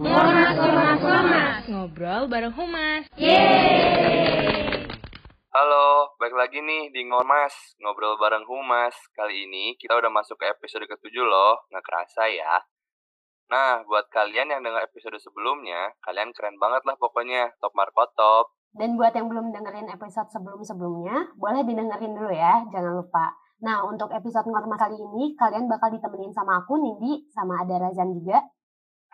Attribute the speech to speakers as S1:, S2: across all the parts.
S1: Humas, humas, humas.
S2: Ngobrol bareng Humas.
S1: Yeay.
S3: Halo, balik lagi nih di Ngormas, ngobrol bareng Humas. Kali ini kita udah masuk ke episode ke-7 loh, nggak kerasa ya. Nah, buat kalian yang dengar episode sebelumnya, kalian keren banget lah pokoknya, top marko top.
S4: Dan buat yang belum dengerin episode sebelum-sebelumnya, boleh didengerin dulu ya, jangan lupa. Nah, untuk episode Ngormas kali ini, kalian bakal ditemenin sama aku, Nindi, sama ada Razan juga.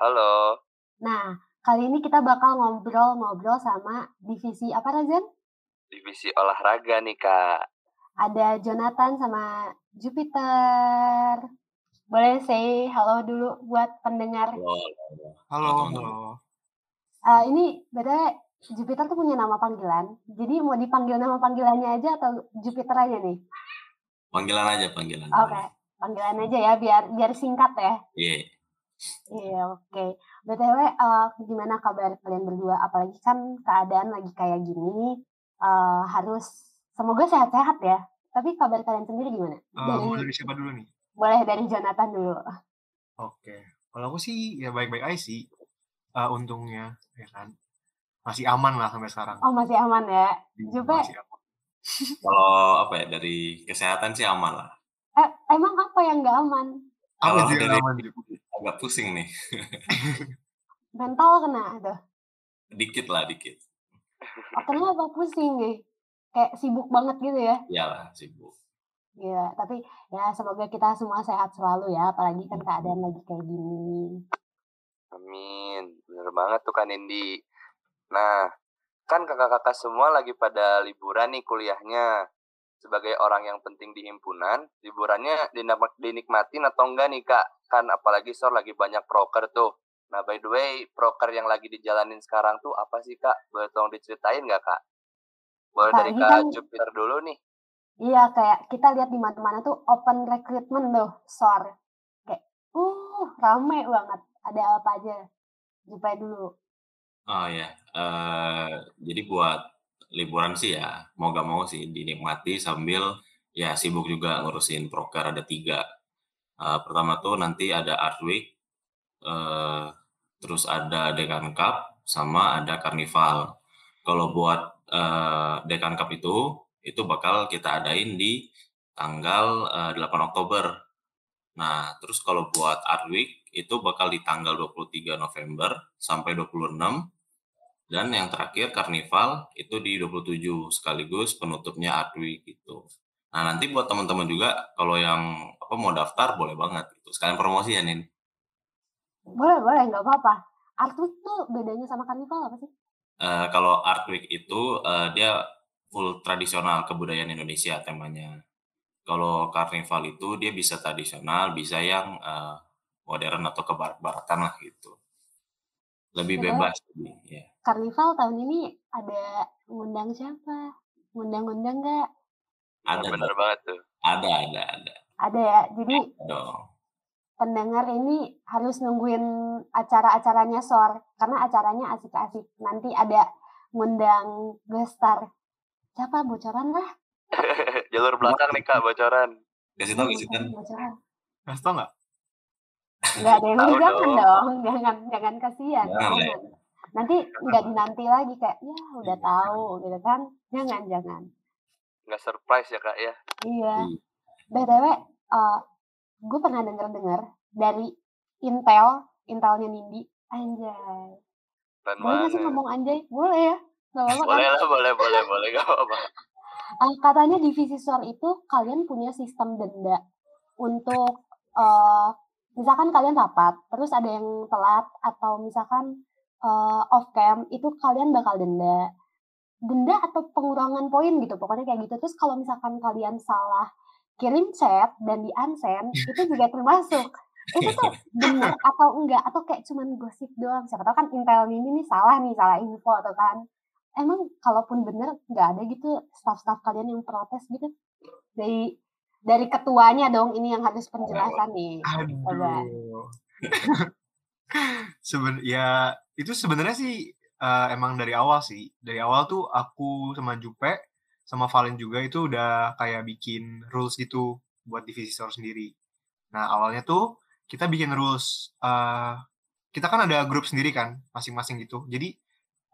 S3: Halo,
S4: Nah, kali ini kita bakal ngobrol-ngobrol sama divisi apa, Razan?
S3: divisi olahraga nih kak.
S4: Ada Jonathan sama Jupiter. Boleh say halo dulu buat pendengar.
S5: Halo,
S6: Halo,
S5: halo.
S4: Eh, ini beda Jupiter tuh punya nama panggilan. Jadi mau dipanggil nama panggilannya aja atau Jupiter aja nih?
S6: Panggilan aja, panggilan.
S4: Oke, panggilan aja ya biar biar singkat ya.
S6: Iya.
S4: Iya, oke. BTW, eh, gimana kabar kalian berdua? Apalagi kan keadaan lagi kayak gini nih, eh, harus semoga sehat-sehat ya. Tapi kabar kalian sendiri gimana?
S5: Eh,
S4: Dari,
S5: mau dari siapa dulu nih?
S4: boleh dari Jonathan dulu.
S5: Oke. Kalau aku sih ya baik-baik aja sih. Eh, untungnya, ya kan. Masih aman lah sampai sekarang.
S4: Oh, masih aman ya? Jupe?
S5: Masih aman.
S6: Kalau apa ya dari kesehatan sih aman lah.
S4: Eh, emang apa yang nggak aman?
S5: Apa
S6: Kalau
S5: sih yang
S6: dari-
S5: aman, Jupe?
S6: Agak pusing nih.
S4: Mental kena tuh.
S6: Dikit lah, dikit.
S4: Oh, Kenapa pusing nih? Kayak sibuk banget gitu ya.
S6: Iyalah, sibuk.
S4: Iya, tapi ya semoga kita semua sehat selalu ya. Apalagi kan keadaan lagi kayak gini.
S3: Amin, bener banget tuh kan Indi. Nah, kan kakak-kakak semua lagi pada liburan nih kuliahnya. Sebagai orang yang penting di himpunan, liburannya dinak- dinikmatin atau enggak nih kak? Kan apalagi sor lagi banyak proker tuh. Nah, by the way, proker yang lagi dijalanin sekarang tuh apa sih kak? Boleh tolong diceritain nggak kak? Boleh dari
S4: Apalagi
S3: kak
S4: kan-
S3: Jupiter dulu nih.
S4: Iya kayak kita lihat di mana-mana tuh open recruitment tuh, SOR. Kayak uh rame banget. Ada apa aja? Jumpai dulu.
S6: Oh ya, eh, jadi buat liburan sih ya, mau gak mau sih dinikmati sambil ya sibuk juga ngurusin proker ada tiga. Eh, pertama tuh nanti ada Art Week, eh, terus ada Dekan Cup, sama ada Karnival. Kalau buat eh, Dekan Cup itu, itu bakal kita adain di tanggal eh, 8 Oktober. Nah, terus kalau buat Art Week itu bakal di tanggal 23 November sampai 26 dan yang terakhir Karnival itu di 27 sekaligus penutupnya Art Week gitu. Nah, nanti buat teman-teman juga kalau yang apa mau daftar boleh banget gitu. Sekalian promosi ya, Nin.
S4: Boleh boleh nggak apa-apa. Artus tuh bedanya sama karnival apa sih?
S6: Eh, kalau Art Week itu eh, dia full tradisional kebudayaan Indonesia temanya. Kalau Karnival itu dia bisa tradisional, bisa yang eh, modern atau kebarat-baratan lah gitu. Lebih
S4: Padahal-
S6: bebas sih, ya.
S4: Karnival tahun ini ada ngundang siapa? Ngundang-ngundang nggak?
S6: Ada,
S3: Nah, bener banget tuh.
S6: ada, ada, ada
S4: Ada ya. Jadi
S6: dong.
S4: pendengar ini harus nungguin acara-acaranya SOR karena acaranya asik-asik. Nanti ada ngundang gestar. Siapa bocoran lah?
S3: Jalur belakang nih kak, bocoran.
S6: Kasih tau gak sih kan?
S4: Bocoran.
S5: Kasih tau nggak?
S4: Nggak ada yang
S3: Tahu
S4: jangan
S3: dong.
S4: dong, jangan jangan kasihan.
S6: Jangan, Le.
S4: jangan. Nanti nggak dinanti lagi kayak ya udah
S6: Iya.
S4: tahu gitu kan. Jangan jangan.
S3: Nggak surprise ya kak ya?
S4: Iya.
S6: Iya.
S4: BTW gue eh, pernah denger-dengar dari Intel, Intelnya Nindi. Anjay.
S3: Keren
S4: Boleh nggak sih
S3: banget.
S4: ngomong anjay? Boleh ya? Gak apa-apa kan?
S3: Boleh lah, boleh, boleh, boleh. Gak apa-apa.
S4: Eh, katanya divisi SOR itu kalian punya sistem denda untuk eh, misalkan kalian rapat, terus ada yang telat atau misalkan eh, off cam itu kalian bakal denda. Denda atau pengurangan poin gitu, pokoknya kayak gitu. Terus kalau misalkan kalian salah kirim chat dan di unsend itu juga termasuk. Itu tuh benar atau enggak atau kayak cuman gosip doang. Siapa tahu kan intel ini nih salah nih, salah info atau kan emang kalaupun bener nggak ada gitu staff-staff kalian yang protes gitu dari dari ketuanya dong ini yang harus penjelasan Kan nih Coba.
S5: Aduh. Seben ya itu sebenarnya sih eh, emang dari awal sih. Dari awal tuh aku sama Jupe sama Valen juga itu udah kayak bikin rules gitu buat divisi store sendiri. Nah, awalnya tuh kita bikin rules eh, kita kan ada grup sendiri kan masing-masing gitu jadi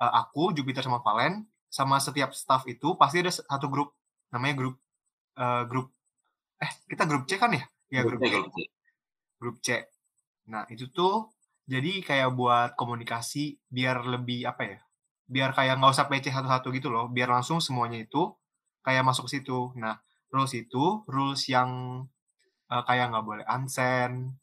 S5: eh, aku Jupiter sama Valen sama setiap staff itu pasti ada satu grup namanya grup eh, grup eh kita grup C kan ya ya grup
S6: Grup C,
S5: C
S6: grup C.
S5: grup C nah itu tuh jadi kayak buat komunikasi biar lebih apa ya biar kayak nggak usah PC satu-satu gitu loh biar langsung semuanya itu kayak masuk situ nah rules itu rules yang eh, kayak nggak boleh unsend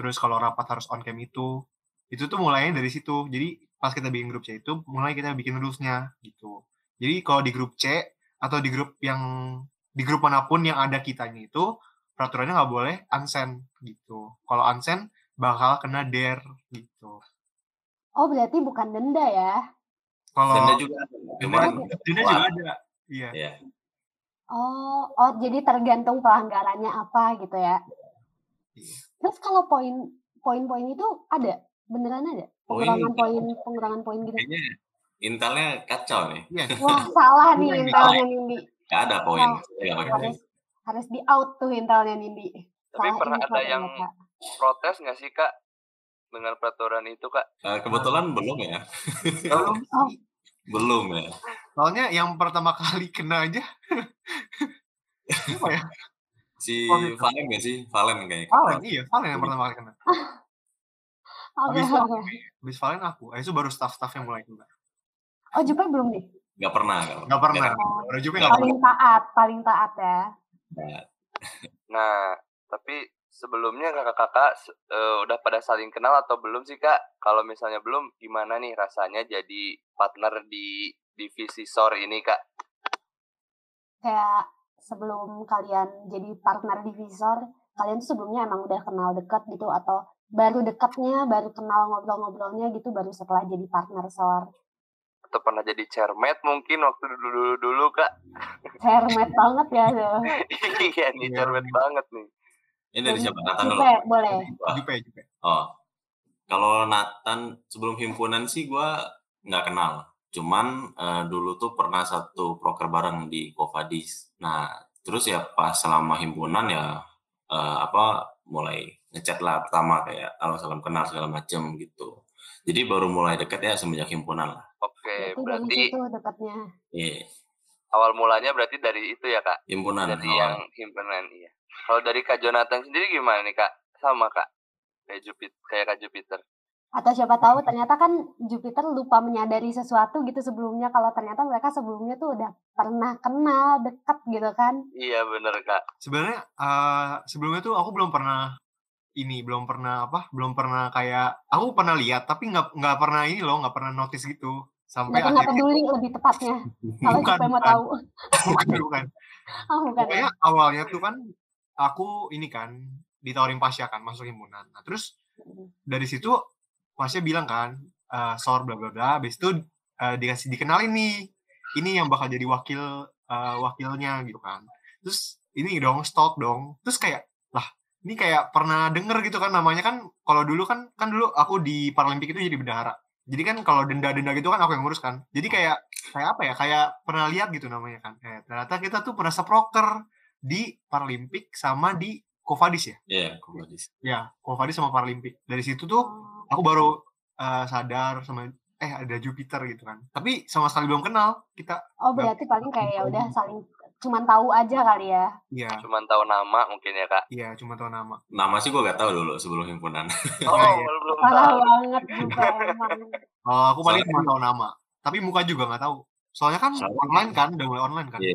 S5: terus kalau rapat harus on cam itu itu tuh mulainya dari situ jadi pas kita bikin grup C itu mulai kita bikin rulesnya gitu jadi kalau di grup C atau di grup yang di grup manapun yang ada kitanya itu peraturannya nggak boleh unsend gitu kalau unsend bakal kena dare gitu
S4: Oh, berarti bukan denda ya?
S6: Denda
S5: kalau
S6: juga ada,
S5: Denda
S6: cuman
S5: Oh. juga- denda juga ada iya
S6: Iya.
S4: Oh, oh jadi tergantung pelanggarannya apa gitu ya.
S5: Iya.
S4: Terus kalau poin poin-poin itu ada beneran ada
S6: Poin- Iya.
S4: pengurangan poin pengurangan poin gitu.
S6: Kayaknya intelnya kacau nih.
S5: iya
S4: Wah salah nih
S5: Poin
S4: intelnya Nindi.
S6: Gak ada poin.
S5: Oh.
S4: Wah.
S6: Ya, nggak ada.
S4: Harus harus di out tuh intelnya Nindi.
S3: Tapi
S4: Salah
S3: pernah
S4: ingat,
S3: ada
S4: salah
S3: yang
S4: ingat, Kak.
S3: protes nggak sih kak dengan peraturan itu kak?
S6: Eh, kebetulan belum ya.
S5: Belum
S4: Oh.
S5: sih.
S6: Belum ya.
S5: soalnya yang pertama kali kena aja apa ya
S6: Si
S5: Oh, gitu.
S6: Valen gak sih? Valen kayaknya.
S5: Valen iya Valen yang pertama kali kena
S4: Oke,
S5: habis itu
S4: oke.
S5: habis Valen aku habis itu baru staff-staff yang mulai kena
S4: Oh Jupe belum nih.
S6: Gak pernah. Gak,
S5: nggak pernah
S4: Oh,
S5: baru juga nggak pernah
S4: paling taat paling taat ya.
S6: pernah.
S3: Nah tapi sebelumnya kakak-kakak se- eh, udah pada saling kenal atau belum sih kak? Kalau misalnya belum, gimana nih rasanya jadi partner di divisi SOR ini kak?
S4: kayak sebelum kalian jadi partner divisor, kalian tuh sebelumnya emang udah kenal deket gitu atau baru deketnya, baru kenal ngobrol-ngobrolnya gitu baru setelah jadi partner sor.
S3: Atau pernah jadi chairmate mungkin waktu dulu-dulu kak?
S4: Hermet banget ya tuh.
S3: iya nih
S5: Iya.
S3: chairmate banget nih.
S6: Ini dari siapa? Nathan dulu.
S4: Jupe, boleh.
S6: Wah,
S5: Jupe Jupe
S6: Oh, kalau Nathan sebelum himpunan sih gua nggak kenal. Cuman eh, dulu tuh pernah satu proker bareng di Kofadis. Nah, terus ya pas selama himpunan ya eh, apa mulai ngechat lah pertama kayak halo salam kenal segala macem gitu. Jadi baru mulai deket ya semenjak himpunan lah.
S3: Oke,
S4: Itu dari
S3: berarti
S4: situ deketnya.
S6: Iya,
S3: awal mulanya berarti dari itu ya kak?
S6: himpunan.
S3: dari
S6: Iya, awal.
S3: yang himpunan iya. Kalau dari Kak Jonathan sendiri gimana nih Kak? Sama Kak. Kayak Jupiter, kayak Kak Jupiter.
S4: Atau siapa tahu ternyata kan Jupiter lupa menyadari sesuatu gitu sebelumnya kalau ternyata mereka sebelumnya tuh udah pernah kenal deket gitu kan.
S3: Iya bener Kak.
S5: sebenarnya eh, sebelumnya tuh aku belum pernah ini belum pernah apa belum pernah kayak aku pernah lihat tapi nggak nggak pernah ini loh nggak pernah notice gitu sampai
S4: Mereka nggak
S5: akhirnya
S4: peduli lebih tepatnya. Kalau
S5: Bukan,
S4: Jupe mau
S5: bukan.
S4: tahu.
S5: bukan bukan
S4: Oh, bukan ya.
S5: pokoknya awalnya tuh kan aku ini kan ditawarin Pasya kan masuk himpunan nah terus dari situ Pasya bilang kan eh, sor bla bla bla habis itu eh, dikasih dikenalin nih ini yang bakal jadi wakil eh, wakilnya gitu kan terus ini dong stok dong terus kayak lah ini kayak pernah denger gitu kan namanya kan kalau dulu kan kan dulu aku di Paralimpik itu jadi bendahara jadi kan kalau denda-denda gitu kan aku yang ngurus kan jadi kayak kayak apa ya kayak pernah lihat gitu namanya kan eh, ternyata kita tuh pernah seproker di Paralimpik sama di Kofadis ya
S6: Iya, Kofadis.
S5: ya Kofadis sama Paralimpik dari situ tuh
S4: Oh.
S5: aku baru eh, sadar sama eh ada Jupiter gitu kan tapi sama sekali belum kenal kita
S4: Oh berarti paling kayak ya udah saling cuman tahu aja kali ya.
S5: ya
S3: Cuman tahu nama mungkin ya Kak.
S5: ya cuma tahu nama
S6: Nama sih gua nggak tahu dulu sebelum himpunan.
S3: Oh,
S5: iya.
S3: belum
S4: Parah
S3: tahu.
S4: banget juga emang.
S5: kalau aku paling
S6: Soalnya-
S5: cuma tahu nama tapi muka juga nggak tahu soalnya kan
S6: Soalnya-
S5: online kan udah mulai online kan
S6: Iya.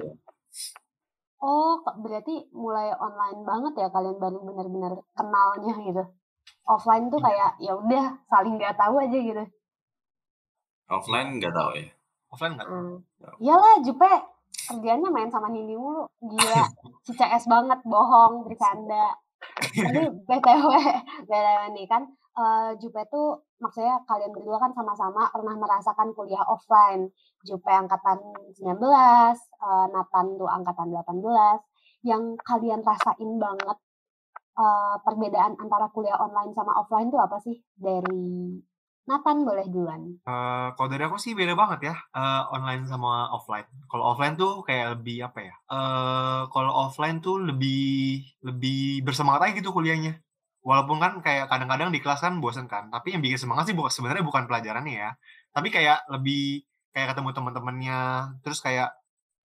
S4: Oh ke- berarti mulai online banget ya kalian baru benar-benar kenalnya gitu. Offline tuh kayak ya udah saling nggak tahu aja gitu.
S6: Offline nggak tahu ya.
S5: offline nggak
S4: Hmm. Iyalah Jupe kerjanya main sama Nindi mulu gila si CS banget bohong bercanda tapi btw btw nih kan eh, Jupe tuh maksudnya kalian berdua kan sama-sama pernah merasakan kuliah offline Jupe angkatan 19 eh, Nathan tuh angkatan 18 yang kalian rasain banget eh, perbedaan antara kuliah online sama offline tuh apa sih dari Nathan boleh duluan
S5: Eh, kalau dari aku sih beda banget ya eh, online sama offline. Kalau offline tuh kayak lebih apa ya? Eh kalau offline tuh lebih lebih bersemangat aja gitu kuliahnya. walaupun kan kayak kadang-kadang di kelas kan bosan kan tapi yang bikin semangat sih bu- sebenarnya bukan pelajarannya ya tapi kayak lebih kayak ketemu teman-temannya terus kayak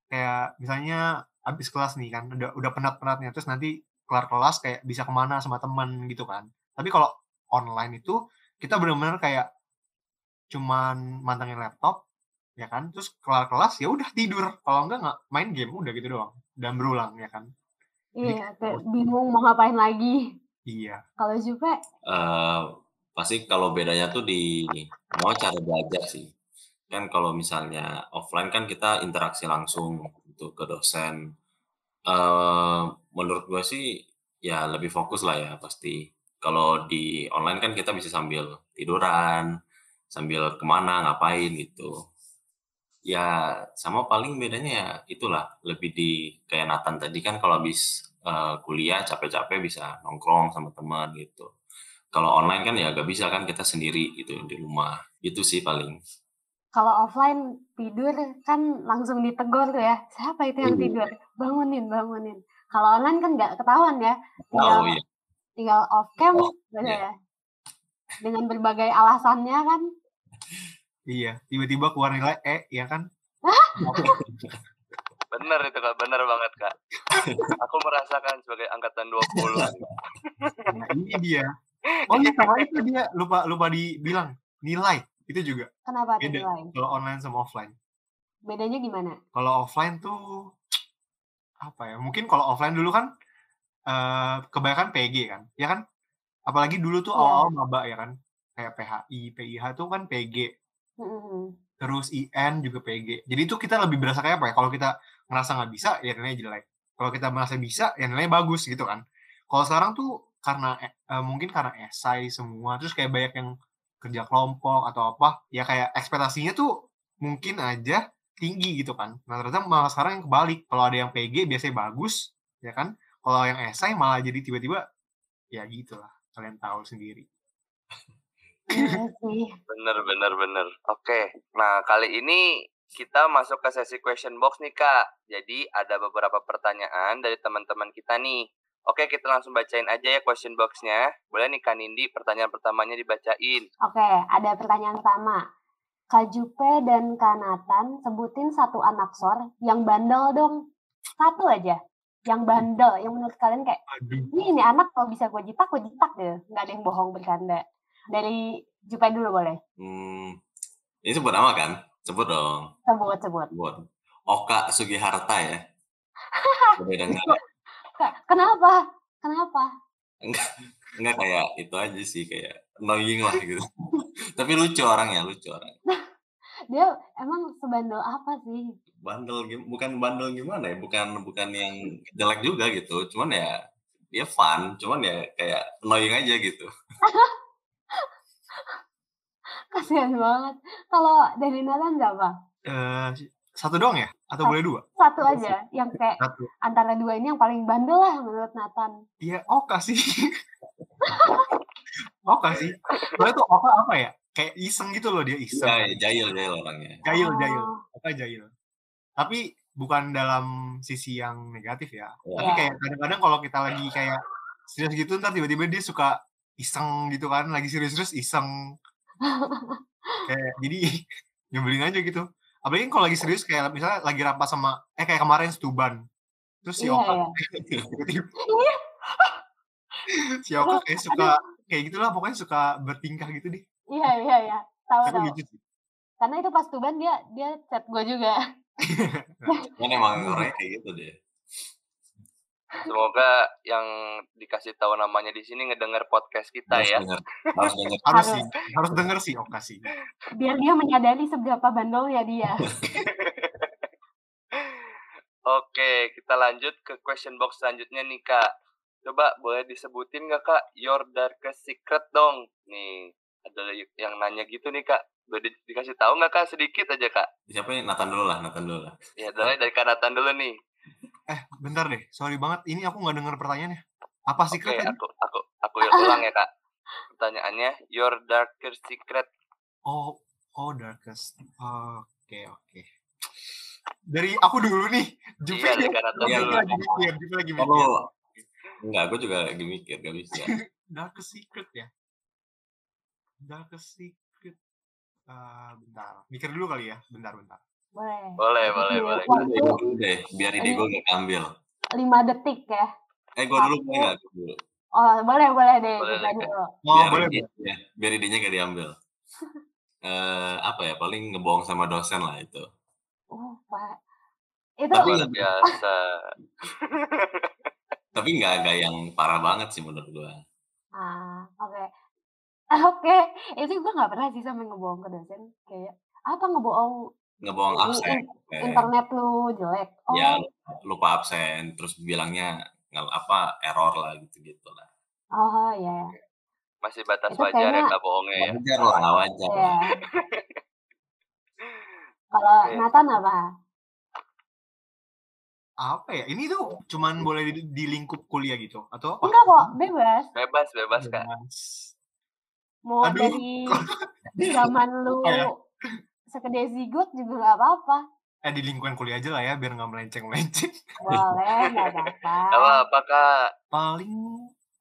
S5: kayak misalnya habis kelas nih kan udah udah penat-penatnya terus nanti kelar kelas kayak bisa kemana sama teman gitu kan tapi kalau online itu kita benar-benar kayak cuman mantengin laptop ya kan terus kelar kelas ya udah tidur kalau enggak nggak main game udah gitu doang dan berulang ya kan
S4: Iya, kayak bingung mau ngapain lagi.
S5: iya
S4: Kalau Jupe,
S6: Eh, pasti kalau bedanya tuh di mau cara belajar sih. Kan kalau misalnya offline kan kita interaksi langsung gitu ke dosen. Eh, menurut gue sih ya lebih fokus lah ya pasti. Kalau di online kan kita bisa sambil tiduran, sambil kemana ngapain gitu. Ya sama paling bedanya ya itulah lebih di kayak Nathan tadi kan kalau habis eh, kuliah capek-capek bisa nongkrong sama teman gitu kalau online kan ya gak bisa kan kita sendiri gitu di rumah itu sih paling
S4: kalau offline tidur kan langsung ditegur tuh ya. Siapa itu yang
S6: Iya.
S4: tidur? Bangunin, bangunin. Kalau online kan nggak ketahuan ya.
S6: oh
S4: Tinggal,
S6: iya
S4: tinggal off cam,
S6: Oh,
S4: gitu
S6: iya.
S4: ya. Dengan berbagai alasannya kan.
S5: iya tiba-tiba keluar nilai E ya kan
S3: Bener itu kak, bener banget kak. Aku merasakan sebagai angkatan 20.
S5: Nah, ini dia. Oh iya sama itu dia lupa lupa dibilang nilai itu juga
S4: Kenapa tuh
S5: Beda.
S4: nilai?
S5: kalau online sama offline.
S4: Bedanya gimana?
S5: Kalau offline tuh apa ya? Mungkin kalau offline dulu kan eh kebanyakan PG kan, ya kan? Apalagi dulu tuh
S4: Iya.
S5: awal-awal maba ya kan, kayak PHI, PIH tuh kan PG,
S4: Mm-mm.
S5: terus IN juga PG. Jadi itu kita lebih berasa kayak apa ya? Kalau kita ngerasa nggak bisa, ya nilainya jelek. Kalau kita merasa bisa, ya nilainya bagus gitu kan. Kalau sekarang tuh karena e- eh, mungkin karena esai semua, terus kayak banyak yang kerja kelompok atau apa, ya kayak ekspektasinya tuh mungkin aja tinggi gitu kan. Nah ternyata malah sekarang yang kebalik. Kalau ada yang PG biasanya bagus, ya kan. Kalau yang esai malah jadi tiba-tiba ya gitulah. Kalian tahu sendiri.
S4: Iya sih.
S3: Bener, bener, bener. Oke, nah kali ini kita masuk ke sesi question box nih kak. Jadi ada beberapa pertanyaan dari teman-teman kita nih. Oke, kita langsung bacain aja ya question boxnya. Boleh nih Kak Nindi, pertanyaan pertamanya dibacain.
S4: Oke, ada pertanyaan pertama. Kak Jupe dan Kak Nathan sebutin satu anak sor yang bandel dong. Satu aja. Yang bandel, yang menurut kalian kayak,
S5: Aduh.
S4: ini, ini anak kalau bisa gue jitak, gue jitak deh. Nggak ada yang bohong bercanda. Dari Jupe dulu boleh.
S6: hmm, ini sebut nama kan sebut dong
S4: Sebut, sebut.
S6: buat Oka Sugiharta ya beda nggak
S4: Kak, Kenapa? Kenapa?
S6: nggak kayak itu aja sih kayak annoying lah gitu tapi lucu orangnya lucu orang
S4: Dia emang sebandel apa sih?
S6: bandel gim- bukan bandel gimana ya bukan bukan yang jelek juga gitu cuman ya dia fun cuman ya kayak annoying aja gitu
S4: Kasihan banget. Kalau dari Nathan siapa?
S5: Eh, satu doang ya? Atau boleh dua?
S4: Satu aja. Yang kayak
S5: Satu.
S4: antara dua ini yang paling bandel lah menurut Nathan.
S5: Iya, Oka sih. Oka sih. Soalnya tuh Oka apa ya? Kayak iseng gitu loh dia iseng.
S6: ya, jahil jahil orangnya
S5: Jahil, jahil.
S4: Oh,
S5: Oka jahil. Tapi bukan dalam sisi yang negatif ya.
S6: Ya.
S5: Tapi kayak kadang-kadang kalau kita lagi kayak serius gitu, ntar tiba-tiba dia suka iseng gitu kan. Lagi serius-serius iseng. kayak jadi nyebelin aja gitu. Apalagi kalau lagi serius kayak misalnya lagi rampas sama, eh kayak kemarin Stuban. Terus si
S4: Iya,
S5: Oka
S4: iya.
S5: si Oka kayak suka kayak gitulah pokoknya suka bertingkah gitu deh
S4: Iya iya iya. Tahu
S5: tapi
S4: tahu.
S5: lucu sih
S4: Karena itu pas tuban dia dia chat gue juga.
S6: Cuman emang orangnya kayak gitu deh
S3: Semoga yang dikasih tahu namanya di sini ngedenger podcast kita
S6: harus
S3: ya.
S6: denger harus denger
S5: harus
S4: Harus.
S5: sih harus denger sih Oka sih
S4: Biar dia menyadari seberapa bandelnya dia.
S3: Oke, kita lanjut ke question box selanjutnya nih kak. Coba boleh disebutin nggak kak your darkest secret dong? Nih ada yang nanya gitu nih kak. Boleh di- dikasih tahu nggak kak sedikit aja kak?
S6: siapa ya Nathan dulu lah Nathan dulu lah
S3: Ya dari dari kanatan dulu nih.
S5: eh bentar deh sorry banget ini aku nggak denger pertanyaannya apa sih
S3: Oke, ya.
S5: Kak, tadi?
S3: aku aku aku ulang ya kak. Pertanyaannya your darkest secret.
S5: oh oh darkest oke oke dari aku dulu nih Jupe
S3: Iya dari
S5: Jupe
S3: kanatan
S5: ya?
S6: Iya,
S3: dulu.
S5: Iya. lagi mikir Jupe lagi mikir
S6: kalau Enggak, gue juga lagi mikir, gak bisa.
S5: Darkest Secret ya. Darkest Secret. Eh, bentar, mikir dulu kali ya, bentar-bentar.
S4: Boleh.
S3: Boleh, boleh, boleh.
S6: Gue ide gue dulu deh, biar ide gue gak ambil.
S4: 5 detik ya.
S6: Eh, gue dulu boleh nggak? Gua dulu.
S4: Oh, boleh boleh deh.
S3: Boleh,
S4: kita
S3: boleh.
S4: dulu.
S5: Oh,
S6: Biar
S5: boleh.
S3: iya.
S6: ide- ya, biar idenya gak diambil. Eh, apa ya, paling ngebohong sama dosen lah itu.
S4: Uh, Pak. Itu
S6: Tapi-
S3: Luar biasa.
S6: Tapi nggak nggak yang parah banget sih menurut gue.
S4: ah, oke. Ah, Oke, itu gue nggak pernah sih sampai ngebohong ke dosen. Kayak apa ngebohong
S6: Ngebohong
S4: Ini
S6: absen. Eh,
S4: internet lu jelek. Oh,
S6: Ya, lupa absen, terus bilangnya nggak apa error lah gitu-gitu lah.
S4: oh ya.
S3: Masih batas
S4: Itu
S3: wajar ya,
S4: kayaknya-
S3: nggak bohongnya ya.
S6: Wajar lah, wajar.
S4: ya. Kalau
S3: Oke.
S4: Nathan apa?
S5: Apa ya? Ini tuh cuman boleh di, di lingkup kuliah gitu atau apa?
S4: Enggak kok, bebas.
S3: Bebas, bebas kak.
S5: Bebas.
S4: Mau
S5: Aduh.
S4: dari zaman lu
S5: Apa ya?
S4: segede zigot juga nggak apa-apa.
S5: Eh di lingkungan kuliah aja lah ya biar nggak melenceng-melenceng.
S4: Boleh, nggak apa-apa.
S3: Apa, apa kak?
S5: Paling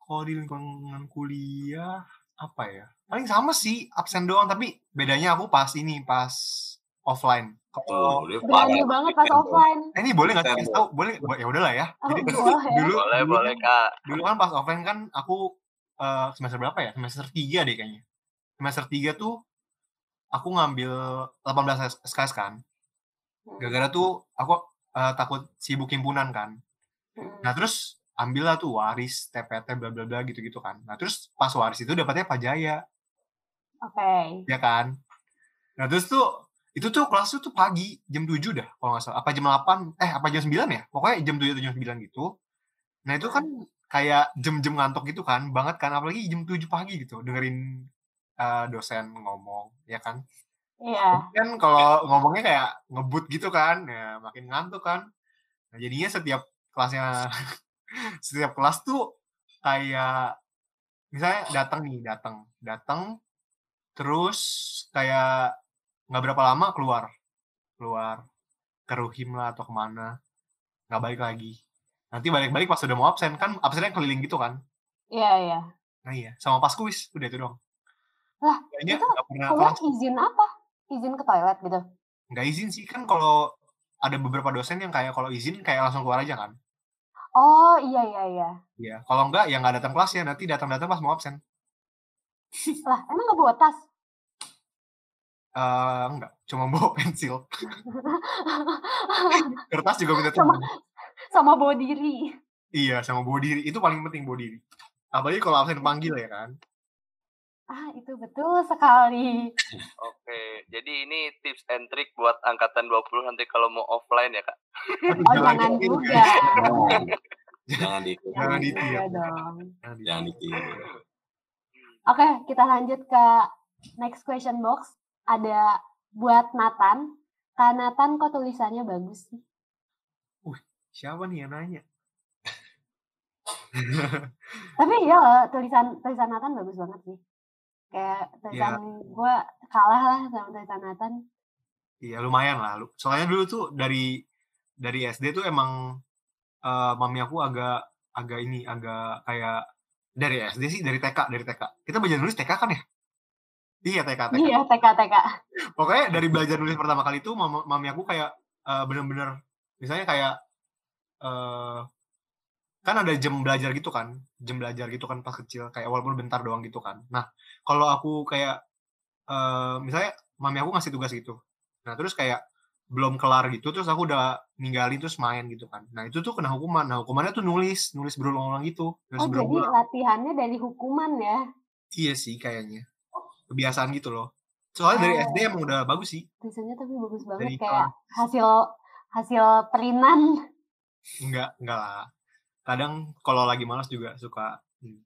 S5: kalau di lingkungan kuliah apa ya? Paling sama sih absen doang tapi bedanya aku pas ini pas offline.
S6: Tuh,
S5: Kalau
S6: dia
S4: Berani
S6: parah. kan
S4: banget pas
S3: Oh.
S4: offline.
S5: eh, ini boleh nggak sih?
S6: Absen
S5: Kasih tahu? Boleh? Ya udahlah ya.
S4: Oh,
S5: Jadi
S4: boleh.
S5: dulu
S3: Boleh,
S5: dulu
S3: boleh kak.
S5: dulu kan pas offline kan aku eh, semester berapa ya? Semester 3 deh kayaknya. Semester 3 tuh aku ngambil 18 SKS kan. Gara-gara tuh aku eh, takut sibuk himpunan kan.
S4: Hmm.
S5: Nah terus ambillah tuh waris, TPT, bla bla bla gitu-gitu kan. Nah terus pas waris itu dapatnya Pajaya,
S4: Oke.
S5: ya kan? Nah terus tuh itu tuh kelas tuh, tuh pagi jam 7 dah kalau nggak salah apa jam 8 eh apa jam 9 ya pokoknya jam 7 atau jam 9 gitu nah itu kan kayak jam-jam ngantuk gitu kan banget kan apalagi jam 7 pagi gitu dengerin eh, dosen ngomong ya kan
S4: Iya.
S5: kan kalau ngomongnya kayak ngebut gitu kan ya makin ngantuk kan nah jadinya setiap kelasnya setiap kelas tuh kayak misalnya datang nih datang datang terus kayak nggak berapa lama keluar keluar ke ruhim lah atau kemana nggak balik lagi nanti balik-balik pas udah mau absen kan absennya keliling gitu kan
S4: Iya, iya.
S5: nah iya sama pas kuis udah itu doang
S4: Lah,
S5: kayaknya
S4: itu
S5: nggak pernah
S4: Keluar
S5: kelas
S4: izin apa? Izin ke toilet gitu.
S5: nggak izin sih kan kalau ada beberapa dosen yang kayak kalau izin kayak langsung keluar aja kan
S4: Oh, iya, iya, iya.
S5: ya kalau enggak ya nggak datang kelas ya nanti datang datang pas mau absen
S4: Lah, emang nggak bawa tas?
S5: Eh enggak cuma bawa pensil kertas juga minta
S4: Cuma-
S5: teman
S4: Sama bawa diri.
S5: iya sama bawa diri itu paling penting bawa diri apalagi kalau absen panggil ya kan
S4: Ah, itu betul sekali.
S3: Oke, jadi ini tips and trick buat angkatan 20 nanti kalau mau offline ya kak.
S5: Aduh,
S4: Oh,
S5: jangan
S4: jangan
S5: ditiru,
S4: juga.
S6: Jangan di
S5: Jangan ditiru.
S4: juga dong.
S5: Jangan ditiru.
S6: jangan ditiru.
S4: Oke, kita lanjut ke next question box. Ada buat Nathan. Kak Nathan, kok tulisannya bagus sih?
S5: siapa nih yang nanya
S4: Tapi iya loh, tulisan tulisan Nathan bagus banget sih. Kayak tulisan gue kalah lah sama tulisan Nathan.
S5: Iya lumayan lah. lu- Soalnya dulu tuh dari dari SD tuh emang eh, mami aku agak agak ini agak kayak dari SD sih dari TK dari TK. Kita belajar nulis TK kan ya? Iya TK TK.
S4: Iya, TK, TK.
S5: Pokoknya dari belajar nulis pertama kali itu mama- mami aku kayak eh, bener-bener misalnya kayak eh kan ada jam belajar gitu kan jam belajar gitu kan pas kecil kayak walaupun bentar doang gitu kan. Nah kalau aku kayak eh misalnya mami aku ngasih tugas gitu. Nah terus kayak belum kelar gitu terus aku udah ninggalin terus main gitu kan. Nah itu tuh kena hukuman. Nah hukumannya tuh nulis, nulis berulang-ulang gitu. Nulis
S4: Oh, jadi
S5: berulang-ulang.
S4: latihannya dari hukuman ya?
S5: Iya sih kayaknya. Kebiasaan gitu loh. Soalnya dari
S4: Oh.
S5: SD emang udah bagus sih.
S4: Tulisannya tapi bagus banget
S5: Dari
S4: kayak hasil hasil perinan.
S5: Enggak, enggak lah. Kadang kalau lagi malas juga suka hmm,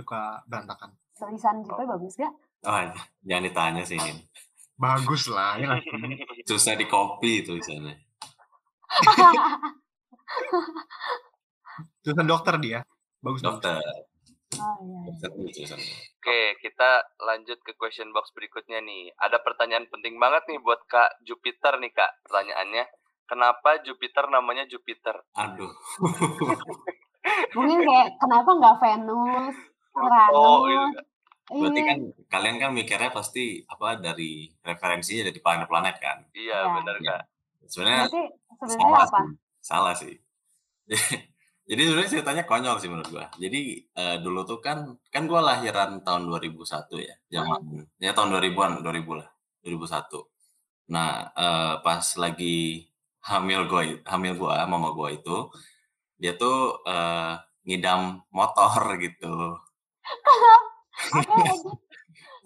S5: suka berantakan.
S4: Tulisan juga bagus gak?
S6: Oh, jangan ditanya sih ini.
S5: Bagus lah ya nggak sih?
S6: Susah di copy tulisannya.
S5: Tulisan dokter dia. Bagus banget.
S6: Dokter,
S4: Oh iya.
S6: dokter nih tulisannya.
S3: Oke, kita lanjut ke question box berikutnya nih. Ada pertanyaan penting banget nih buat kak Jupiter nih kak. Pertanyaannya, kenapa Jupiter namanya Jupiter?
S6: Aduh.
S4: Mungkin kayak kenapa nggak Venus,
S3: Oh,
S4: Uranus.
S3: gitu.
S6: Berarti
S4: Iya.
S6: kan kalian kan mikirnya pasti apa dari referensinya dari planet-planet kan.
S3: Iya,
S4: Ya.
S3: benar Kak.
S6: Sebenarnya
S4: Berarti sebenarnya
S6: salah
S4: apa?
S6: sih. Salah sih. Jadi sebenarnya ceritanya konyol sih menurut gua. Jadi eh, dulu tuh kan kan gua lahiran tahun 2001 ya. Zaman ya tahun 2000-an, 2000 lah. 2001. Nah, eh, pas lagi hamil gua hamil gua mama gua itu dia tuh eh, ngidam motor gitu.
S4: Oke, gitu. lanjut.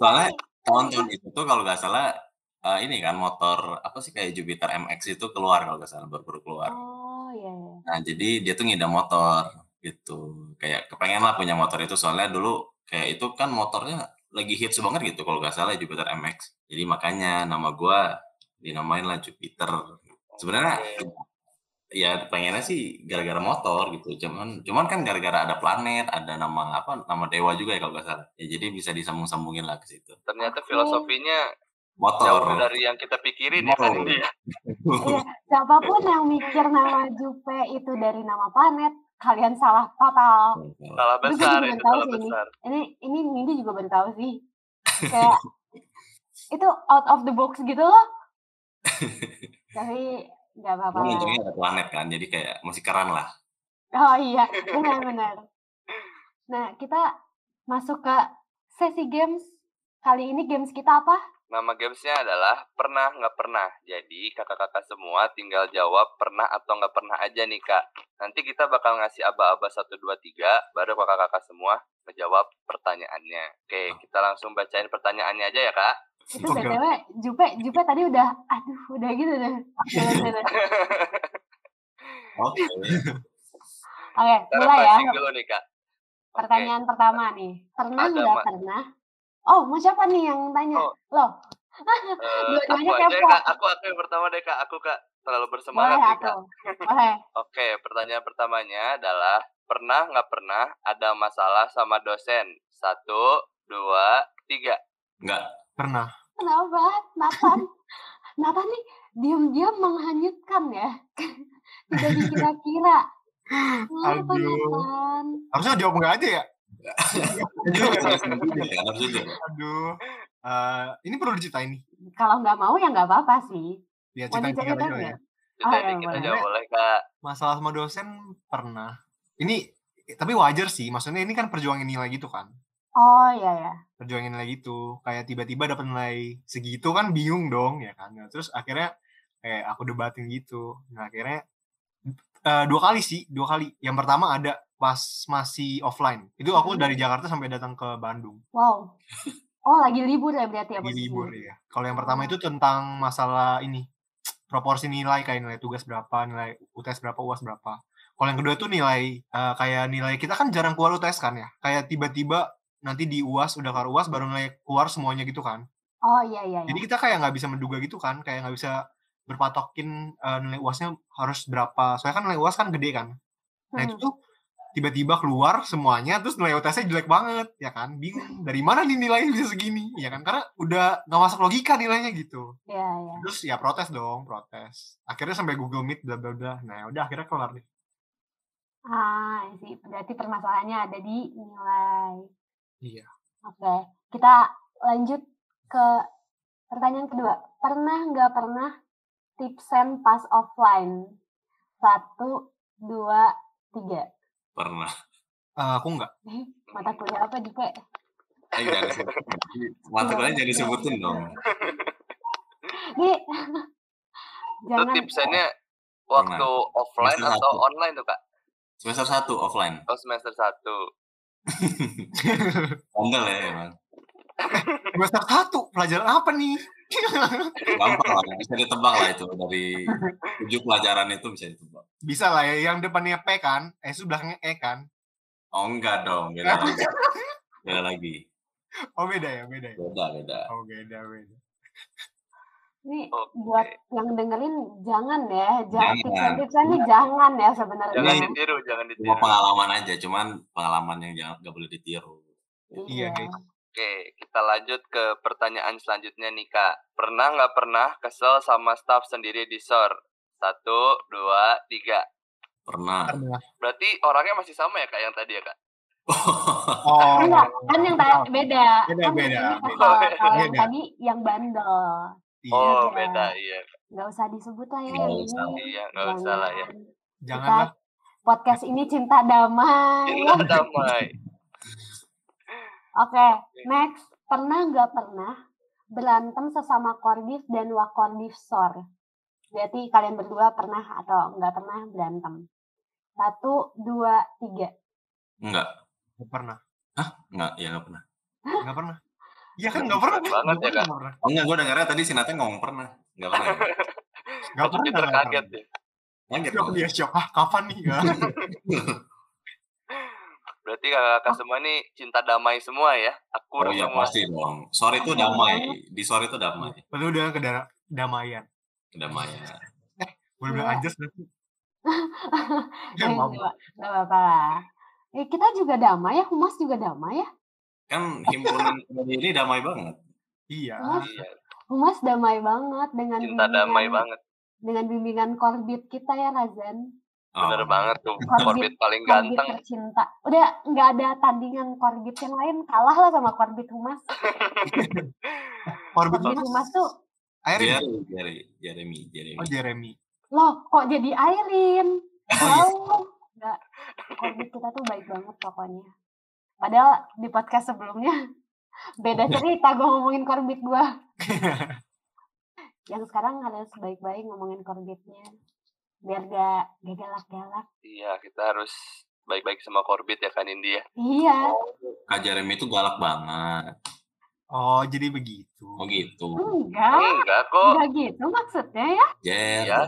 S6: Soalnya tahun-tahun itu tuh kalau nggak salah eh, ini kan motor apa sih kayak Jupiter MX itu keluar kalau nggak salah baru-baru keluar.
S4: Oh iya. iya.
S6: Nah, jadi dia tuh ngidam motor gitu. Kayak kepengen lah punya motor itu soalnya dulu kayak itu kan motornya lagi hits banget gitu kalau nggak salah Jupiter MX. Jadi makanya nama gua dinamain lah Jupiter. Sebenarnya ya pengennya sih gara-gara motor gitu. Cuman cuman kan gara-gara ada planet, ada nama apa nama dewa juga ya kalau nggak salah. Ya jadi bisa disambung-sambungin lah ke situ.
S3: Ternyata
S4: Oke.
S3: filosofinya jauh
S6: Motor.
S3: dari yang kita pikirin ya kan ini. ya.
S4: Iya, siapapun yang mikir nama Jupe itu dari nama planet, kalian salah total.
S3: Salah
S4: Tapi
S3: besar
S4: gua juga
S3: itu
S4: tahu
S3: salah
S4: sih ini.
S3: besar.
S4: Ini ini Nindi juga baru tahu sih. Kayak itu out of the box gitu loh. Tapi nggak apa-apa.
S6: Cuman
S4: lah.
S6: ujungnya ada planet kan, jadi kayak masih keren lah.
S4: Oh iya, benar-benar. Nah, kita masuk ke sesi games. Kali ini games kita apa?
S3: Nama gamesnya adalah pernah nggak pernah. Jadi kakak-kakak semua tinggal jawab pernah atau nggak pernah aja nih kak. Nanti kita bakal ngasih aba-aba 1, 2, 3, baru kakak-kakak semua menjawab pertanyaannya. Oke, kita langsung bacain pertanyaannya aja ya kak.
S4: Itu
S5: Oke.
S4: BTW, Jupe, Jupe tadi udah, aduh, udah gitu deh. Bener-bener.
S6: Oke.
S4: Oke,
S3: Kita
S4: mulai ya.
S3: refreshing dulu nih kak. Oke.
S4: Pertanyaan pertama nih. Pernah
S3: Ada,
S4: nggak
S3: Ma.
S4: pernah? Oh, mau siapa nih yang tanya?
S3: Oh.
S4: Loh,
S3: Eh, aku
S4: Dua-duanya
S3: aja ya,
S4: kepo.
S3: kak. Aku aku yang pertama deh kak. Aku kak terlalu bersemangat
S4: boleh
S3: nih kak.
S4: atau? Boleh.
S3: Oke, pertanyaan pertamanya adalah pernah nggak pernah ada masalah sama dosen? Satu, dua, tiga.
S6: Enggak.
S5: Pernah.
S4: Kenapa? Nathan. Nathan nih diam-diam menghanyutkan ya. Tidak dikira-kira. Kenapa
S5: Aduh.
S4: Nathan?
S5: Harusnya jawab enggak aja ya?
S6: iya.
S5: Iya,
S6: Enggak jujur.
S5: Aduh. Eh, ini perlu diceritain nih.
S4: Kalau nggak mau ya nggak apa-apa sih.
S5: Ya,
S4: Mau
S5: ceritain
S4: diceritain
S5: kita aja lah ya.
S4: nggak?
S3: Jadi
S4: Oh, iya,
S3: kita jawab
S4: boleh.
S3: gitu boleh kak.
S5: Masalah sama dosen pernah. Ini tapi wajar sih. Maksudnya ini kan perjuangan nilai gitu kan.
S4: Oh iya ya.
S5: perjuangin lagi gitu kayak tiba-tiba dapat nilai segitu kan bingung dong ya kan Nah, terus akhirnya kayak aku debatin gitu nah akhirnya eh, dua kali sih dua kali yang pertama ada pas masih offline itu aku
S4: Mhm.
S5: dari Jakarta sampai datang ke Bandung
S4: Wow. Oh lagi libur ya berarti ya
S5: di
S4: posisinya?
S5: libur ya kalau yang pertama itu tentang masalah ini proporsi nilai kayak nilai tugas berapa nilai UTS berapa uas berapa kalau yang kedua tuh nilai eh, kayak nilai kita kan jarang keluar UTS kan ya kayak tiba-tiba nanti di uas udah keluar uas baru nilai keluar semuanya gitu kan
S4: Oh iya iya. iya.
S5: Jadi kita kayak nggak bisa menduga gitu kan, kayak nggak bisa berpatokin eh, nilai uasnya harus berapa. Soalnya kan nilai uas kan gede kan. Nah
S4: Hmm.
S5: itu tuh tiba-tiba keluar semuanya, terus nilai UTS-nya jelek banget, ya kan? Bingung dari mana nih nilainya bisa segini, ya kan? Karena udah nggak masuk logika nilainya gitu.
S4: Iya iya.
S5: Terus ya protes dong, protes. Akhirnya sampai Google Meet, bla bla bla. Nah udah akhirnya kelar nih.
S4: Ah, sih. Berarti permasalahannya ada di nilai.
S5: Iya.
S4: Oke, kita lanjut ke pertanyaan kedua. Pernah nggak pernah tipsen pas offline? Satu, dua, tiga.
S6: Pernah.
S5: Eh, aku nggak.
S4: Mata kuliah apa juga?
S6: Eh, jangan disebutin. Mata kuliah jadi sebutin dong.
S4: Di,
S3: Itu
S4: jangan.
S3: tipsnya waktu offline
S6: Semester
S3: atau
S6: satu.
S3: online tuh kak?
S6: Semester 1 offline.
S3: Oh semester satu.
S6: Bandel ya emang.
S5: Semester satu pelajaran apa nih?
S6: Gampang lah, bisa ditebak lah itu dari tujuh pelajaran itu bisa ditebak.
S5: Bisa lah ya, yang depannya P kan, eh itu belakangnya E kan.
S6: Oh enggak dong, beda lagi. Beda lagi.
S5: Oh beda ya, beda ya.
S6: Beda, beda.
S5: Oh beda beda.
S4: Ini
S3: Oke.
S4: buat yang dengerin jangan ya. Jangan
S6: Jangan.
S4: tipsen-tipsennya jangan ya sebenarnya.
S3: Jangan
S6: Ini-
S3: ditiru, jangan
S6: Cuma
S3: ditiru.
S6: pengalaman aja, cuman pengalaman yang jangan nggak boleh ditiru.
S5: Iya, kayak
S3: Oke, kita lanjut ke pertanyaan selanjutnya nih kak. Pernah nggak pernah kesel sama staff sendiri di SOR? Satu, dua, tiga.
S6: Pernah.
S5: Pernah.
S3: Berarti orangnya masih sama ya kak yang tadi ya kak?
S5: Oh,
S4: Enggak, kan yang tadi beda.
S5: Beda,
S4: Kan
S5: beda,
S4: ini
S5: beda.
S4: kalau- Kalau yang
S5: Beda.
S4: tadi yang bandel.
S5: iya.
S3: Oh beda iya.
S4: Nggak usah disebut lah ya
S6: Nggak
S4: yang
S6: usah.
S4: ini.
S3: Iya nggak usah lah ya.
S4: Jangan.
S5: Janganlah.
S4: Podcast ini cinta damai.
S3: Cinta damai.
S4: Oke, next. Pernah nggak pernah berantem sesama kordif dan wakordif sor? Berarti kalian berdua pernah atau nggak pernah berantem? Satu, dua, tiga.
S6: Enggak,
S5: Nggak pernah.
S6: enggak, ya enggak pernah.
S5: Nggak pernah. Iya kan nggak pernah.
S3: Banget ya, Kak?
S5: Nggak pernah.
S6: Oh, enggak, gue dengarnya tadi si Nathan ngomong pernah. Enggak pernah. ya?
S5: Nggak
S3: Aku
S5: pernah.
S3: Peter
S5: nggak
S3: kaget ya.
S6: Lanjut.
S5: pernah. Shock dia shock. Ah, kapan nih? Nggak.
S3: Berarti kakak semua ini cinta damai semua ya? Aku
S6: Oh iya,
S3: semua.
S6: pasti dong. Sore itu damai. Di sore itu damai. ya.
S5: Lalu udah ke dara- damaian.
S6: Kedamaian.
S5: Boleh bilang
S4: Iya.
S5: aja nanti. Ya,
S4: Eh,
S5: maaf.
S4: nggak nggak apa-apa lah. Eh, kita juga damai ya, humas juga damai ya.
S6: Kan himpunan komedi ini damai banget.
S5: Iya.
S4: Humas,
S3: Iya,
S4: humas damai banget dengan
S3: cinta damai
S4: Iya.
S3: banget.
S4: dengan bimbingan korbit kita ya Razan.
S6: Oh.
S3: Bener banget tuh. Korbit
S4: Korbit-
S3: paling
S4: Korbit ya?
S3: ganteng.
S4: tercinta. Udah nggak ada tandingan korbit yang lain, kalah lah sama korbit humas.
S5: Orbit
S4: Korbit
S5: Mas.
S4: humas tuh
S3: Iya.
S5: Airin.
S6: Jeremy, Jeremy, Jeremy, Jeremy.
S5: Oh, Jeremy.
S4: Loh, kok jadi Airin?
S3: iya.
S4: Oh, enggak. Korbit kita tuh baik banget pokoknya. Padahal di podcast sebelumnya beda cerita gue ngomongin korbit gue. Yang sekarang harus baik-baik ngomongin korbitnya. Biar gak, gak galak-galak.
S3: Iya, kita harus baik-baik sama Korbit ya kan Indi ya.
S4: Iya,
S6: Kak Jeremy itu galak banget.
S5: Oh, jadi begitu.
S6: Oh gitu.
S4: enggak.
S3: Enggak Eh, kok.
S4: Enggak gitu maksudnya ya.
S6: Jer.
S3: Iya.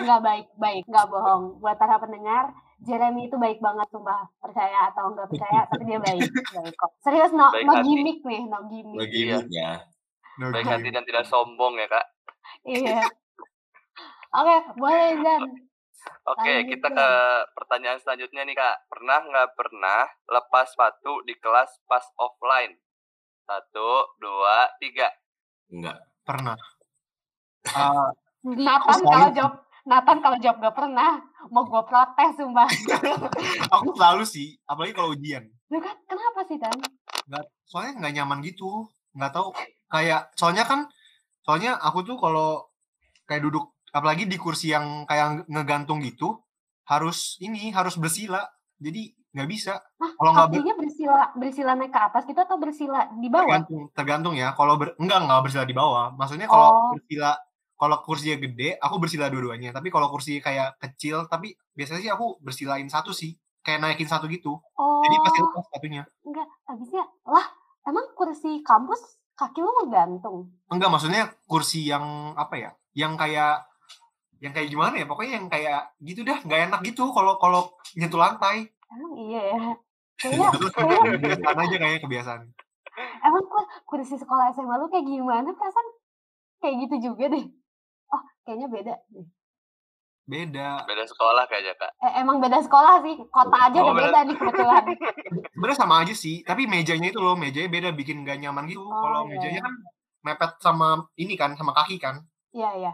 S4: Enggak baik-baik, enggak bohong. Buat para pendengar, Jeremy itu baik banget sumpah. Percaya atau enggak percaya, tapi dia baik. baik kok. Serius, no,
S3: Baik
S4: no
S3: hati.
S4: gimmick nih, no gimmick.
S6: Lagi
S3: Iya.
S6: mood ya.
S5: No
S3: Baik
S5: good.
S3: hati dan tidak sombong ya kak.
S4: Iya. Oke, boleh Zan.
S3: Oke,
S4: Lanjut,
S3: kita
S4: Bang.
S3: ke pertanyaan selanjutnya nih kak. Pernah nggak pernah lepas sepatu di kelas pas offline? Satu, dua, tiga.
S6: Enggak.
S5: Pernah. Eh,
S4: Nathan
S5: Selain-
S4: kalau jawab Nathan kalau jawab gak pernah mau gue protes sumpah.
S5: aku selalu sih, apalagi kalau ujian.
S4: Lu kan kenapa sih Tan?
S5: soalnya nggak nyaman gitu nggak tahu kayak soalnya kan soalnya aku tuh kalau kayak duduk apalagi di kursi yang kayak ngegantung gitu harus ini harus bersila jadi nggak bisa kalau nggak ber-
S4: Artinya bersila bersila naik ke atas gitu atau bersila di bawah?
S5: tergantung tergantung ya kalau ber- enggak nggak bersila di bawah maksudnya kalau
S4: Oh.
S5: bersila kalau kursinya gede aku bersila dua-duanya tapi kalau kursi kayak kecil tapi biasanya sih aku bersilain satu sih kayak naikin satu gitu
S4: Oh,
S5: jadi pasti lepas satunya
S4: enggak. Habisnya lah emang kursi kampus kaki lu ngegantung.
S5: enggak maksudnya kursi yang apa ya yang kayak yang kayak gimana ya pokoknya yang kayak gitu dah nggak enak gitu kalau kalau nyentuh lantai
S4: Emang iya ya. Kayaknya, kayaknya
S5: kebiasaan aja kayaknya kebiasaan
S4: emang kur- kursi sekolah SMA lu kayak gimana? Perasaan kayak gitu juga deh. Oh, kayaknya beda deh.
S5: beda
S3: Beda sekolah kayaknya kak.
S4: Eh, emang beda sekolah sih. Kota aja
S3: Oh,
S4: udah
S3: beda.
S4: beda nih kebetulan.
S5: sebenarnya sama aja sih tapi mejanya itu loh mejanya beda bikin gak nyaman gitu
S4: Oh,
S5: kalau
S4: iya,
S5: mejanya
S4: iya.
S5: kan mepet sama ini kan sama kaki kan
S4: Iya, iya.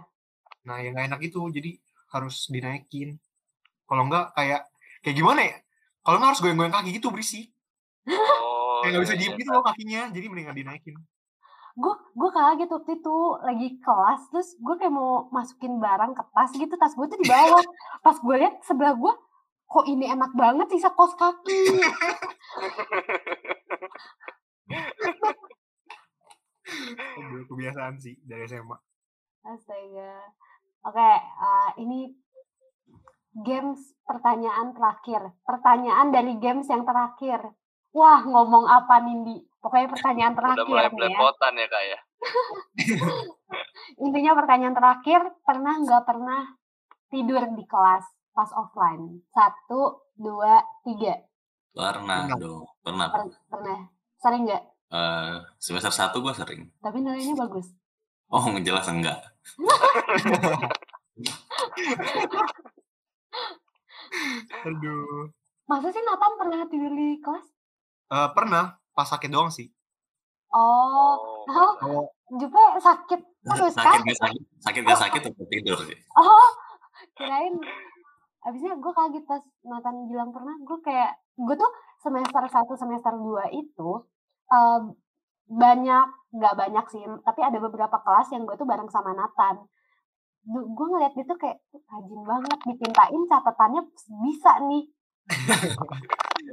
S5: nah yang nggak enak itu jadi harus dinaikin kalau enggak kayak kayak gimana ya kalau nggak harus goyang-goyang kaki gitu berisik
S3: Oh,
S5: kayak nggak bisa
S3: iya,
S5: diem
S3: iya,
S5: gitu
S3: Kak.
S5: loh kakinya jadi mendingan dinaikin
S4: gue gue kaget waktu itu lagi kelas terus gue kayak mau masukin barang ke tas gitu tas gue tuh di bawah pas gue lihat sebelah gue kok ini enak banget sisa kos kaki
S5: kebiasaan sih dari SMA
S4: astaga oke eh, ini games pertanyaan terakhir pertanyaan dari games yang terakhir wah ngomong apa Nindi pokoknya pertanyaan
S3: Udah
S4: terakhir
S3: mulai
S4: nih ya.
S3: belepotan ya kak ya.
S4: intinya pertanyaan terakhir pernah nggak pernah tidur di kelas pas offline satu dua tiga
S6: Pernah
S5: Enggak.
S6: dong. Pernah.
S4: Per- pernah sering nggak
S6: Eh, semester satu gue sering.
S4: tapi nilainya bagus
S6: Oh jelas enggak.
S5: aduh
S4: masa sih Nathan pernah tidur di kelas
S5: Eh, pernah pas sakit doang sih.
S4: oh
S3: Oh,
S5: Kalau
S4: Jupe sakit terus
S6: sakit
S4: kan
S6: gak sakit, sakit gak sakit tetap tidur sih.
S4: oh kirain abisnya gue kaget pas Nathan bilang pernah gue kayak gue tuh semester 1 semester 2 itu eh, banyak nggak banyak sih tapi ada beberapa kelas yang gue tuh bareng sama Nathan gue ngeliat dia tuh kayak rajin banget dipintain catatannya bisa nih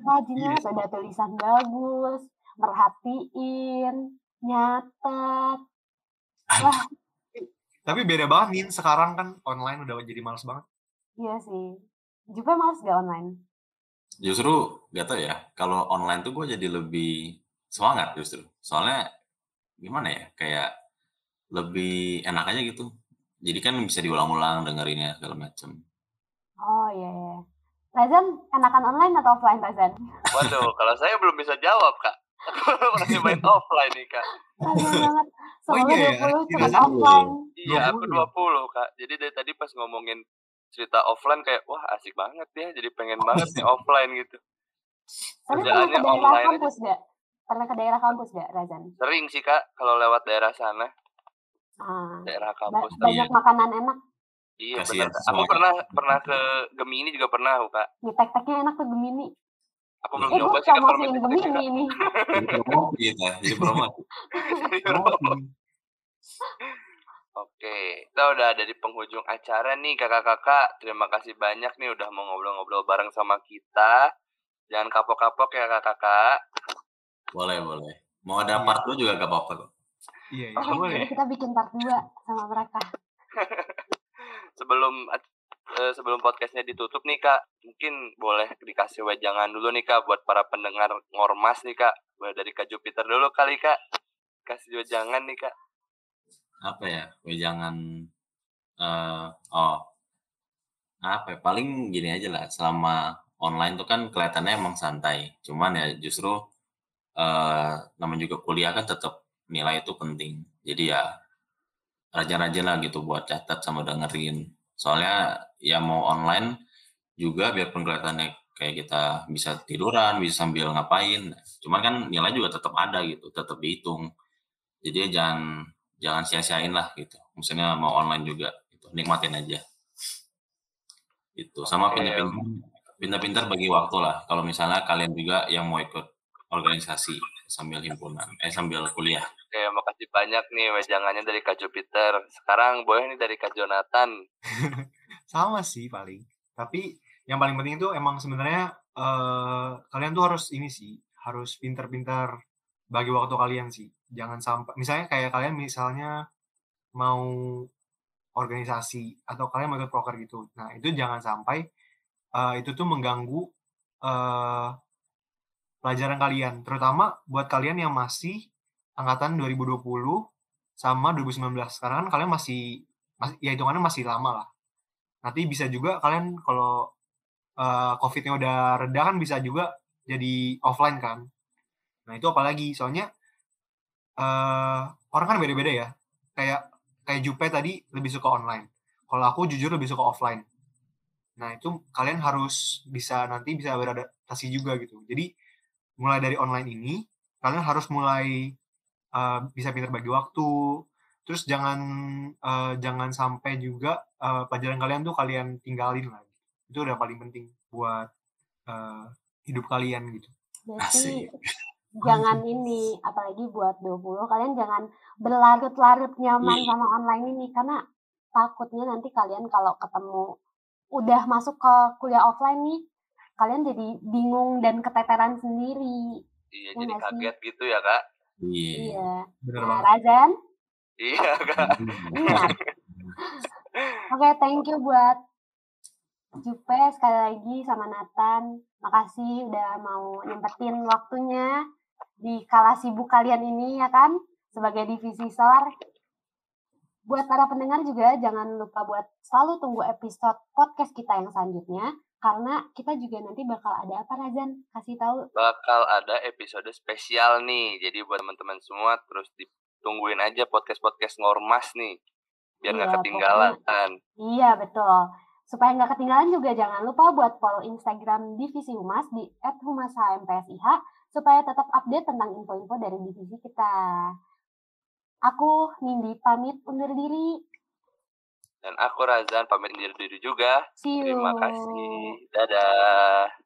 S4: rajin banget ada tulisan bagus merhatiin nyatet wah
S5: Tapi beda banget Nin, sekarang kan online udah jadi males banget.
S4: iya sih juga males gak online
S6: Justru gak tau ya, kalau online tuh gue jadi lebih semangat justru. Soalnya gimana ya, kayak lebih enak aja gitu. Jadi kan bisa diulang-ulang dengerinnya segala macam.
S4: oh iya iya Razan enakan online atau offline Razan
S3: Waduh, kalau saya belum bisa jawab, Kak. Masih main offline nih, Kak.
S4: Kasian banget
S5: Oh,
S4: soalnya
S5: iya ya,
S4: 20 cuma
S6: Razan dulu.
S4: offline
S3: Iya, aku
S5: 20.
S3: 20, Kak. Jadi dari tadi pas ngomongin cerita offline kayak, wah asik banget ya. Jadi pengen banget nih offline gitu.
S4: tapi pernah ke
S3: Kerjaannya
S4: daerah
S3: online aja.
S4: kampus gak pernah ke daerah kampus gak Razan
S3: Sering sih, Kak, kalau lewat daerah sana,
S4: ah,
S3: daerah
S4: ba-
S3: kampus.
S4: banyak makanan enak
S3: Iya, benar.
S6: Kasihan
S3: Kak. Aku
S6: semua.
S3: pernah pernah ke Gemini juga pernah, Kak.
S4: di tek-teknya enak tuh Gemini
S3: Aku belum
S4: eh
S3: nyoba
S4: gue
S3: sih Kak
S4: promosiin
S3: fermented chicken,
S4: Gemini nih
S6: Jadi promosi kita, jadi promosi.
S5: Oh,
S3: Kak. Oke, kita udah ada di penghujung acara nih kakak-kakak. Terima kasih banyak nih udah mau ngobrol-ngobrol bareng sama kita. Jangan kapok-kapok ya kakak-kakak.
S6: Boleh, boleh. Mau ada part lu juga gak apa-apa kok.
S5: Iya, iya,
S3: ya?
S4: Oke,
S5: boleh.
S4: jadi kita bikin part 2 sama mereka
S3: Sebelum eh, sebelum podcastnya ditutup nih kak, mungkin boleh dikasih wejangan dulu nih kak buat para pendengar ngormas nih kak. Boleh dari Kak Jupiter dulu kali kak. Kasih wejangan nih kak.
S6: Apa ya, gue jangan... eh, oh, apa ya, paling gini aja lah. Selama online tuh kan kelihatannya emang santai. Cuman ya justru eh namanya juga kuliah kan tetap nilai itu penting. Jadi ya rajin-rajin lah gitu buat catat sama dengerin. Soalnya ya mau online juga biarpun kelihatannya kayak kita bisa tiduran, bisa sambil ngapain. Cuman kan nilai juga tetap ada gitu, tetap dihitung. Jadi ya jangan jangan sia-siain lah gitu. Misalnya mau online juga gitu, nikmatin aja. Itu sama
S3: Oke.
S6: pinter-pinter pinter-pinter bagi waktu lah. Kalau misalnya kalian juga yang mau ikut organisasi sambil himpunan, eh sambil kuliah.
S3: Oke, makasih banyak nih wejangannya dari Kak Jupiter. Sekarang boleh nih dari Kak Jonathan.
S5: sama sih paling tapi yang paling penting itu emang sebenarnya eh, kalian tuh harus ini sih harus pintar-pintar bagi waktu kalian sih jangan sampai misalnya kayak kalian misalnya mau organisasi atau kalian mau ikut proker gitu nah itu jangan sampai eh, itu tuh mengganggu eh, pelajaran kalian terutama buat kalian yang masih angkatan 2020 sama 2019 karena kan kalian masih, masih ya hitungannya masih lama lah nanti bisa juga kalian kalau eh, COVID-nya udah reda kan bisa juga jadi offline kan. Nah itu apalagi soalnya eh orang kan beda-beda ya. Kayak kayak Jupe tadi lebih suka online. Kalau aku jujur lebih suka offline. Nah itu kalian harus bisa nanti bisa beradaptasi juga gitu. Jadi mulai dari online ini kalian harus mulai eh, bisa pintar bagi waktu. Terus jangan eh, jangan sampai juga eh, pelajaran kalian tuh kalian tinggalin lagi. Itu udah paling penting buat eh, hidup kalian gitu.
S4: Berarti
S6: Asik.
S4: jangan ini, apalagi buat 20, kalian jangan berlarut-larut nyaman
S6: Iya.
S4: sama online ini karena takutnya nanti kalian kalau ketemu udah masuk ke kuliah offline nih, kalian jadi bingung dan keteteran sendiri.
S3: Iya,
S4: Iya
S3: jadi
S4: nggak sih?
S3: kaget gitu ya, Kak.
S6: Iya.
S4: Iya.
S5: Bener
S4: Nah,
S5: banget.
S4: Razan,
S3: Iya, Kak.
S6: Iya.
S4: ingat. Oke, thank you buat Jupe sekali lagi sama Nathan. Makasih udah mau nyempetin waktunya di kala sibuk kalian ini ya kan sebagai divisi SOR. Buat para pendengar juga jangan lupa buat selalu tunggu episode podcast kita yang selanjutnya karena kita juga nanti bakal ada apa Razan kasih tahu.
S3: Bakal ada episode spesial nih. Jadi buat teman-teman semua terus ditungguin aja podcast-podcast ngormas nih. Biar nggak
S4: Iya,
S3: ketinggalan.
S4: Iya betul. Supaya nggak ketinggalan juga jangan lupa buat follow Instagram Divisi Humas di @humashmpsih supaya tetap update tentang info-info dari divisi kita. Aku Nindi pamit undur diri.
S3: Dan aku Razan pamit undur diri juga.
S4: See you.
S3: Terima kasih. Dadah.